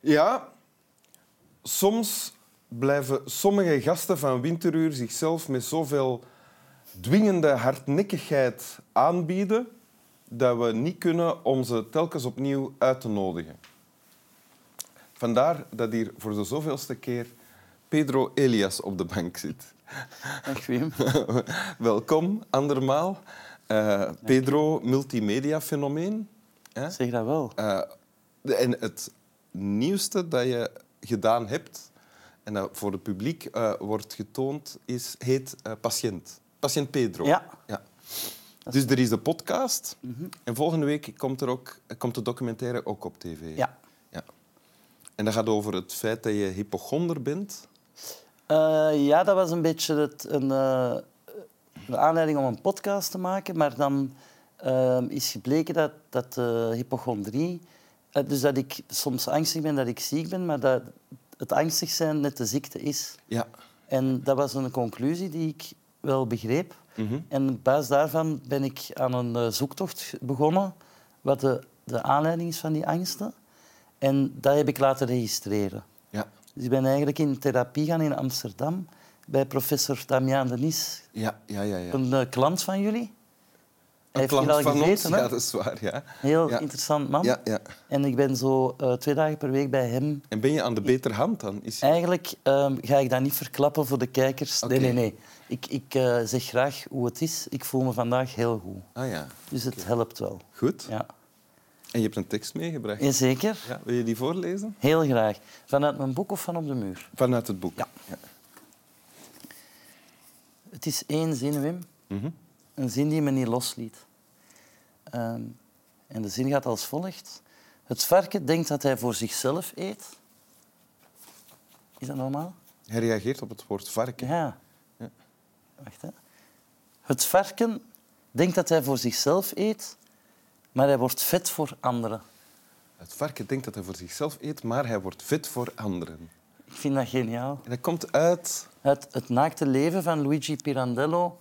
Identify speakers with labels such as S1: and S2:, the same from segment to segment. S1: Ja, soms blijven sommige gasten van Winteruur zichzelf met zoveel dwingende hardnekkigheid aanbieden dat we niet kunnen om ze telkens opnieuw uit te nodigen. Vandaar dat hier voor de zoveelste keer Pedro Elias op de bank zit.
S2: Dag Wim.
S1: Welkom, andermaal. Eh, Pedro, multimedia-fenomeen. hè?
S2: Zeg dat wel.
S1: Eh, de- en het nieuwste dat je gedaan hebt en dat voor het publiek eh, wordt getoond, is, heet eh, Patiënt. Patiënt Pedro.
S2: Ja.
S1: Dus er is de podcast
S2: Mhm.
S1: en volgende week komt, er ook, komt de documentaire ook op tv.
S2: Ja.
S1: ja. En dat gaat over het feit dat je hypochonder bent.
S2: Eh, ja, dat was een beetje het, een, eh, een aanleiding om een podcast te maken. Maar dan eh, is gebleken dat, dat eh, hypochondrie... eh, dus dat ik soms angstig ben dat ik ziek ben, maar dat het angstig zijn net de ziekte is.
S1: Ja.
S2: En dat was een conclusie die ik wel begreep.
S1: Mhm.
S2: En op basis daarvan ben ik aan een eh, zoektocht begonnen, wat de, de aanleiding is van die angsten. En dat heb ik laten registreren.
S1: Ja.
S2: Dus ik ben eigenlijk in therapie gaan in Amsterdam bij professor Damiaan Denis,
S1: Ja, ja, ja. ja.
S2: een eh, klant van jullie. Hij
S1: Een
S2: heeft hier
S1: klant
S2: al
S1: van ons.
S2: gezeten, hè?
S1: Ja, dat is waar, ja.
S2: Heel
S1: Ja.
S2: interessant man.
S1: Ja, ja.
S2: En ik ben zo eh, twee dagen per week bij hem.
S1: En ben je aan de beter hand dan? Is...
S2: Eigenlijk eh, ga ik dat niet verklappen voor de kijkers.
S1: Oké.
S2: Nee, nee, nee. Ik, ik eh, zeg graag hoe het is. Ik voel me vandaag heel goed.
S1: Ah ja,
S2: Dus het helpt wel.
S1: goed.
S2: Ja.
S1: En je hebt een tekst meegebracht.
S2: Jazeker.
S1: Ja, wil je die voorlezen?
S2: Heel graag. Vanuit mijn boek of van op de muur?
S1: Vanuit het boek.
S2: Ja. Het is één zin, Wim.
S1: Mhm.
S2: Een zin die me niet losliet. Ehm, en de zin gaat als volgt. Het varken denkt dat hij voor zichzelf eet. Is dat normaal?
S1: Hij reageert op het woord varken.
S2: Ja.
S1: Ja.
S2: Wacht, hè. Het varken denkt dat hij voor zichzelf eet, maar hij wordt vet voor anderen.
S1: Het varken denkt dat hij voor zichzelf eet, maar hij wordt vet voor anderen.
S2: Ik vind dat geniaal.
S1: En dat komt uit
S2: Het, het naakte leven van Luigi Pirandello,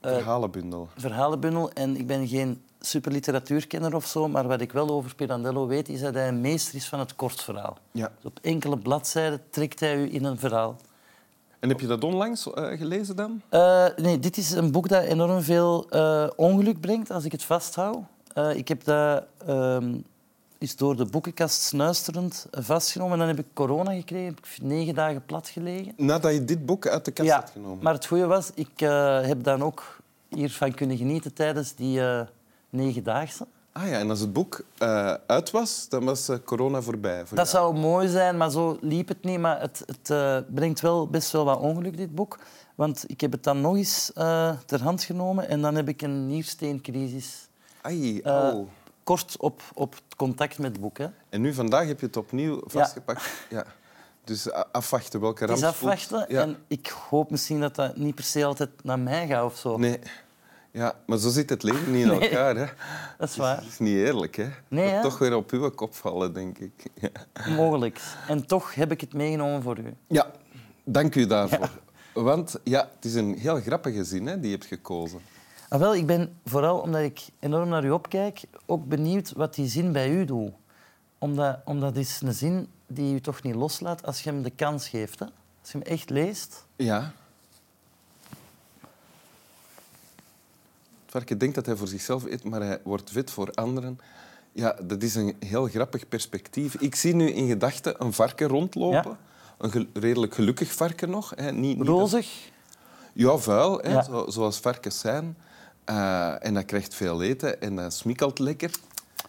S2: Eh.
S1: de verhalenbundel.
S2: verhalenbundel. En ik ben geen superliteratuurkenner of zo, maar wat ik wel over Pirandello weet, is dat hij een meester is van het kortverhaal.
S1: Ja.
S2: Dus op enkele bladzijden trekt hij u in een verhaal.
S1: En heb je dat onlangs eh, gelezen dan?
S2: Eh, nee, dit is een boek dat enorm veel eh, ongeluk brengt als ik het vasthoud. Eh, ik heb dat ehm, is door de boekenkast snuisterend eh, vastgenomen. En dan heb ik corona gekregen, heb ik negen dagen plat gelegen.
S1: Nadat je dit boek uit de kast
S2: ja,
S1: had genomen.
S2: maar het goede was, ik eh, heb dan ook hiervan kunnen genieten tijdens die eh negendaagse.
S1: Ah ja, en als het boek eh, uit was, dan was eh, corona voorbij. Voor
S2: Dat
S1: jou.
S2: zou mooi zijn, maar zo liep het niet. Maar het, het eh, brengt wel best wel wat ongeluk, dit boek. Want ik heb het dan nog eens eh, ter hand genomen en dan heb ik een niersteencrisis.
S1: Ai,
S2: Eh,
S1: au.
S2: Kort op, op het contact met het boek. Hè.
S1: En nu vandaag heb je het opnieuw vastgepakt. Ja. Dus a- afwachten welke
S2: Het
S1: ramp
S2: is
S1: spoelt-
S2: afwachten
S1: Ja.
S2: en ik hoop misschien dat dat niet per se altijd naar mij gaat of zo.
S1: Nee. Ja, maar zo zit het leven niet in
S2: Nee.
S1: elkaar. Hè.
S2: Dat is waar.
S1: Dat is niet eerlijk, hè?
S2: Nee, hè?
S1: Dat toch weer op uw kop vallen, denk ik. Ja,
S2: Mogelijk. En toch heb ik het meegenomen voor u.
S1: Ja, dank u daarvoor. Want ja, het is een heel grappige zin hè, die je hebt gekozen.
S2: Ah, wel, ik ben vooral omdat ik enorm naar u opkijk, ook benieuwd wat die zin bij u doet. Omdat, omdat het is een zin die u toch niet loslaat als je hem de kans geeft. Hè? Als je hem echt leest.
S1: Ja. Het varken denkt dat hij voor zichzelf eet, maar hij wordt wit voor anderen. Ja, dat is een heel grappig perspectief. Ik zie nu in gedachten een varken rondlopen.
S2: Ja.
S1: Een gel- redelijk gelukkig varken nog. Hè. Niet, niet dat-
S2: Rozig.
S1: Ja, vuil, hè,
S2: Ja.
S1: zo- zoals varkens zijn. Eh, en dat krijgt veel eten en dat smikkelt lekker.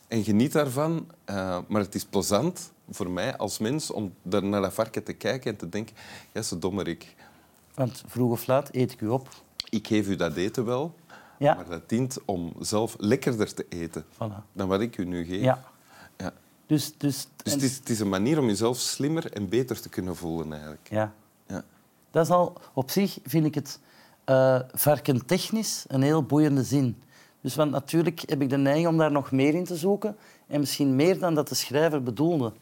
S1: En geniet daarvan. Eh, maar het is plezant voor mij als mens om daar naar dat varken te kijken en te denken... Ja, ze dommerik,
S2: Want vroeg of laat eet ik u op.
S1: ik geef u dat eten wel,
S2: Ja.
S1: maar dat dient om zelf lekkerder te eten
S2: Voilà.
S1: dan wat ik u nu geef.
S2: Ja.
S1: Ja.
S2: Dus, dus,
S1: Dus
S2: en-
S1: het is, het is een manier om jezelf slimmer en beter te kunnen voelen, eigenlijk.
S2: Ja.
S1: Ja.
S2: Dat is al op zich, vind ik het eh varkentechnisch een heel boeiende zin. Dus want natuurlijk heb ik de neiging om daar nog meer in te zoeken. En misschien meer dan dat de schrijver bedoelde.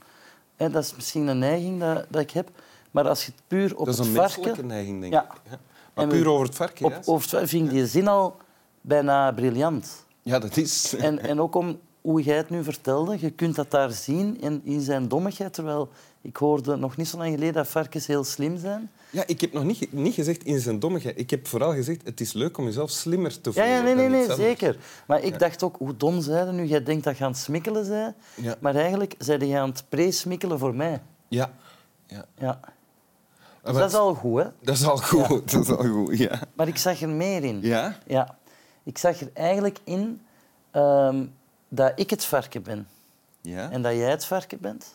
S2: Hè, dat is misschien een neiging dat, dat ik heb. Maar als je het puur op
S1: Dat is
S2: het
S1: een menselijke
S2: varken...
S1: neiging, denk
S2: Ja.
S1: ik. Ja. Maar
S2: En we-
S1: puur over het varken,
S2: Op,
S1: ja.
S2: over het varken vind ik die zin al bijna briljant.
S1: Ja, dat is...
S2: En, en ook om hoe jij het nu vertelde, je kunt dat daar zien in, in zijn dommigheid. Terwijl ik hoorde nog niet zo lang geleden dat varkens heel slim zijn.
S1: Ja, ik heb nog niet, ge- niet gezegd in zijn dommigheid. Ik heb vooral gezegd, het is leuk om jezelf slimmer te
S2: Ja,
S1: voelen.
S2: ja nee, nee,
S1: dan
S2: nee,
S1: iets anders.
S2: zeker. Maar ik
S1: Ja.
S2: dacht ook, hoe dom zijn ze nu? Jij denkt dat je aan het smikkelen bent.
S1: Ja.
S2: Maar eigenlijk zijn je aan het pre-smikkelen voor mij.
S1: Ja. ja.
S2: Ja. Dus
S1: Ah, Maar
S2: dat is al goed, hè?
S1: dat is al goed. Dat is al goed, ja.
S2: Maar ik zag er meer in.
S1: Ja?
S2: Ja. Ik zag er eigenlijk in ehm, dat ik het varken ben
S1: Ja.
S2: en dat jij het varken bent.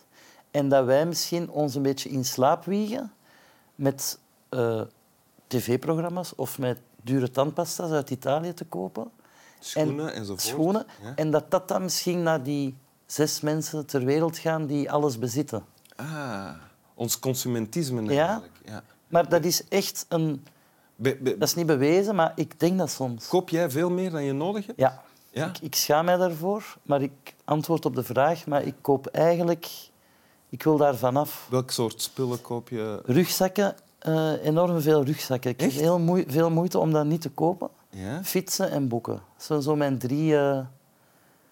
S2: En dat wij misschien ons een beetje in slaap wiegen met eh, tv-programma's of met dure tandpasta's uit Italië te kopen.
S1: Schoenen enzovoort.
S2: Schoenen.
S1: Ja.
S2: En dat dat dan misschien naar die zes mensen ter wereld gaan die alles bezitten.
S1: Ah, ons consumentisme
S2: Ja?
S1: eigenlijk. Ja.
S2: Maar dat is echt een...
S1: Be- be-
S2: Dat is niet bewezen, maar ik denk dat soms.
S1: koop jij veel meer dan je nodig hebt?
S2: Ja.
S1: Ja?
S2: Ik, ik schaam mij daarvoor, maar ik antwoord op de vraag. Maar ik koop eigenlijk... Ik wil daar vanaf.
S1: Welk soort spullen koop je?
S2: Rugzakken, eh, enorm veel rugzakken. Ik heb
S1: Echt?
S2: heel moe- veel moeite om dat niet te kopen.
S1: Ja?
S2: Fietsen en boeken. Dat zijn zo mijn drie eh,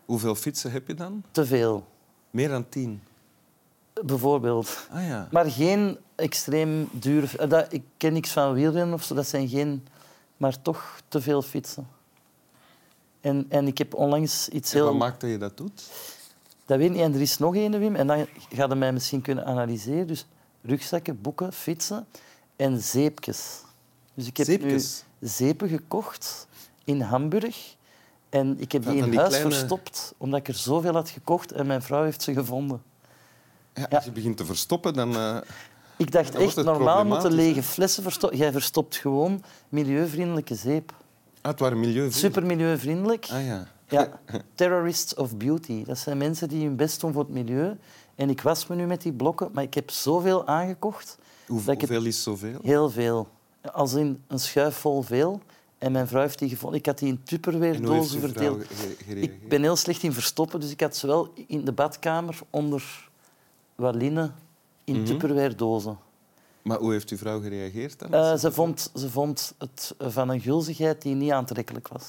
S1: Hoeveel fietsen heb je dan?
S2: te veel,
S1: Meer dan tien.
S2: bijvoorbeeld.
S1: Ah ja.
S2: Maar geen extreem duur... eh, dat, ik ken niks van wielrennen of zo, dat zijn geen... Maar toch te veel fietsen. En, en ik heb onlangs iets
S1: En
S2: heel...
S1: Wat maakt dat je dat doet?
S2: Dat weet ik niet. En er is nog één, Wim. En dan gaat hij mij misschien kunnen analyseren. Dus rugzakken, boeken, fietsen en zeepjes. Dus ik heb
S1: Zeepjes?
S2: nu zeepen gekocht in Hamburg. En ik heb
S1: Van-
S2: die
S1: van
S2: in
S1: die
S2: huis
S1: kleine-
S2: verstopt, omdat ik er zoveel had gekocht en mijn vrouw heeft ze gevonden.
S1: Ja,
S2: Ja.
S1: Als je begint te verstoppen, dan... eh,
S2: Ik dacht
S1: Dan wordt
S2: echt,
S1: het
S2: normaal moeten
S1: problematisch, hè?
S2: lege flessen verstoppen. Jij verstopt gewoon milieuvriendelijke zeep.
S1: Ah, het waren milieu.
S2: Super milieuvriendelijk.
S1: Ah ja.
S2: Ja, Terrorists of Beauty. Dat zijn mensen die hun best doen voor het milieu. En ik was me nu met die blokken, maar ik heb zoveel aangekocht.
S1: Hoe-
S2: Dat ik het-
S1: hoeveel is zoveel?
S2: Heel veel. Als in een schuif vol veel. En mijn vrouw heeft die gevonden. Ik had die in
S1: En hoe heeft
S2: tupperware-dozen
S1: je vrouw
S2: verdeeld.
S1: ge- gereageerd?
S2: Ik ben heel slecht in verstoppen, dus ik had ze wel in de badkamer onder waline in
S1: Mhm.
S2: tupperware-dozen.
S1: Maar hoe heeft uw vrouw gereageerd dan?
S2: Eh, ze, vond, ze vond het eh, van een gulzigheid die niet aantrekkelijk was.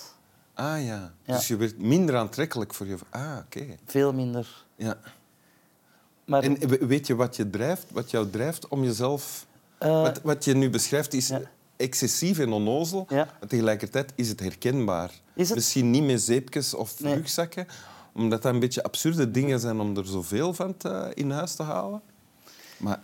S1: Ah ja.
S2: Ja.
S1: Dus je werd minder aantrekkelijk voor je... v- Ah, oké.
S2: Veel minder.
S1: Ja.
S2: Maar,
S1: En we- weet je wat je drijft, wat jou drijft om jezelf...
S2: eh,
S1: wat, wat je nu beschrijft is
S2: ja.
S1: excessief en onnozel,
S2: Ja.
S1: maar tegelijkertijd is het herkenbaar.
S2: Is het?
S1: Misschien niet met zeepjes of
S2: Nee.
S1: rugzakken, omdat dat een beetje absurde dingen zijn om er zoveel van te, in huis te halen. Maar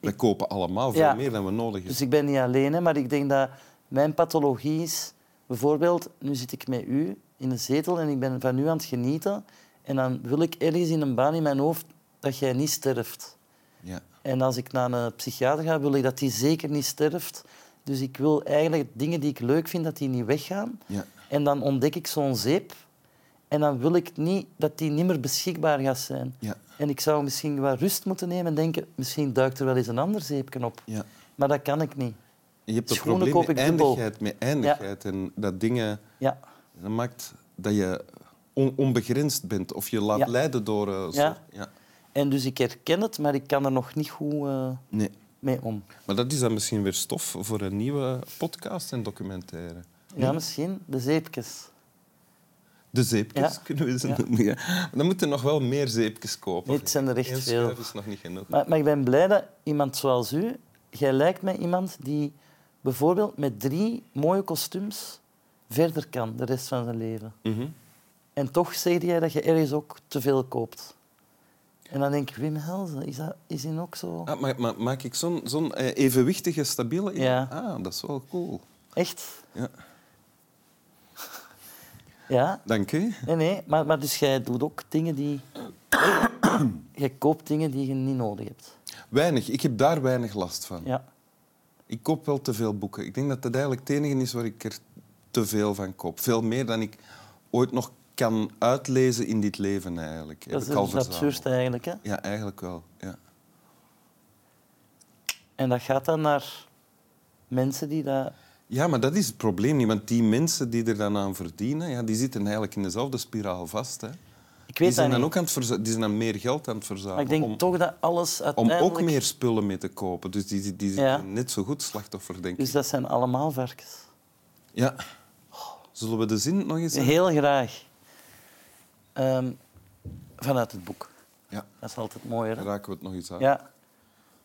S1: we kopen allemaal veel
S2: Ja.
S1: meer dan we nodig hebben.
S2: Dus ik ben niet alleen, hè, maar ik denk dat mijn pathologie is... Bijvoorbeeld, nu zit ik met u in een zetel en ik ben van u aan het genieten. En dan wil ik ergens in een baan in mijn hoofd dat jij niet sterft.
S1: Ja.
S2: En als ik naar een psychiater ga, wil ik dat die zeker niet sterft. Dus ik wil eigenlijk dingen die ik leuk vind, dat die niet weggaan.
S1: Ja.
S2: En dan ontdek ik zo'n zeep. En dan wil ik niet dat die niet meer beschikbaar gaat zijn.
S1: Ja.
S2: En ik zou misschien wat rust moeten nemen en denken... Misschien duikt er wel eens een ander zeepje op.
S1: ja.
S2: Maar dat kan ik niet.
S1: Je hebt een
S2: Schoenen
S1: probleem
S2: koop
S1: met
S2: ik dubbel.
S1: eindigheid, met eindigheid en dat dingen...
S2: Ja.
S1: Dat maakt dat je on- onbegrensd bent of je laat
S2: Ja.
S1: leiden door... eh, zo-
S2: Ja.
S1: ja.
S2: En dus ik herken het, maar ik kan er nog niet goed eh,
S1: Nee.
S2: mee om.
S1: Maar dat is dan misschien weer stof voor een nieuwe podcast en documentaire.
S2: Ja, misschien de zeepjes.
S1: De zeepjes
S2: Ja.
S1: kunnen we ze noemen. Ja. Maar Dan moeten we nog wel meer zeepjes kopen.
S2: Nee, het zijn er echt
S1: Eén
S2: veel.
S1: schuif is nog niet genoeg.
S2: Maar, maar ik ben blij dat iemand zoals u, jij lijkt mij iemand die bijvoorbeeld met drie mooie kostuums verder kan de rest van zijn leven.
S1: Mhm.
S2: En toch zeg jij dat je ergens ook te veel koopt. En dan denk ik, Wim Helzen, is, dat, is die ook zo?
S1: ah, maar, maar maak ik zo'n zo'n, eh, evenwichtige, stabiele...
S2: Ja.
S1: Ah, dat is wel cool.
S2: Echt?
S1: Ja.
S2: Ja?
S1: Dank u.
S2: Nee, nee, maar, maar dus jij doet ook dingen die... jij koopt dingen die je niet nodig hebt.
S1: Weinig. Ik heb daar weinig last van.
S2: Ja.
S1: Ik koop wel te veel boeken. Ik denk dat dat eigenlijk het enige is waar ik er te veel van koop. Veel meer dan ik ooit nog kan uitlezen in dit leven eigenlijk. Heb
S2: Dat is
S1: ik al
S2: dus absurd
S1: verzameld.
S2: eigenlijk. Hè?
S1: Ja, eigenlijk wel. Ja.
S2: En dat gaat dan naar mensen die dat...
S1: Ja, maar dat is het probleem niet. Want die mensen die er dan aan verdienen, ja, die zitten eigenlijk in dezelfde spiraal vast. Hè.
S2: Ik
S1: Die
S2: weet dat
S1: zijn
S2: niet.
S1: dan ook aan het verza- die zijn dan meer geld aan het verzamelen.
S2: maar ik denk
S1: om,
S2: toch dat alles
S1: om
S2: uiteindelijk...
S1: ook meer spullen mee te kopen. Dus die, die, die
S2: Ja.
S1: zitten net zo goed slachtoffer, denk ik.
S2: Dus dat zijn allemaal varkens.
S1: Ja. Zullen we de zin nog eens...
S2: Heel graag. Ehm, vanuit het boek.
S1: Ja.
S2: Dat is altijd mooier. hè?
S1: Raken we het nog eens aan?
S2: Ja.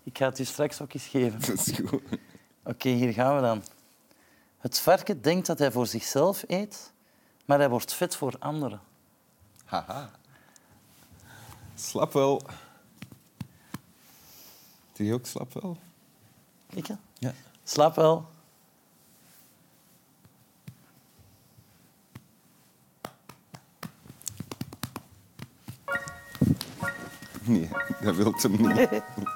S2: Ik ga het u straks ook eens geven.
S1: Dat is goed.
S2: Oké, hier gaan we dan. Het varken denkt dat hij voor zichzelf eet, maar hij wordt vet voor anderen.
S1: Haha. Slap wel. Die ook slap wel?
S2: Ik, hè?
S1: Ja.
S2: Slaap wel.
S1: Nee, dat wil hem niet.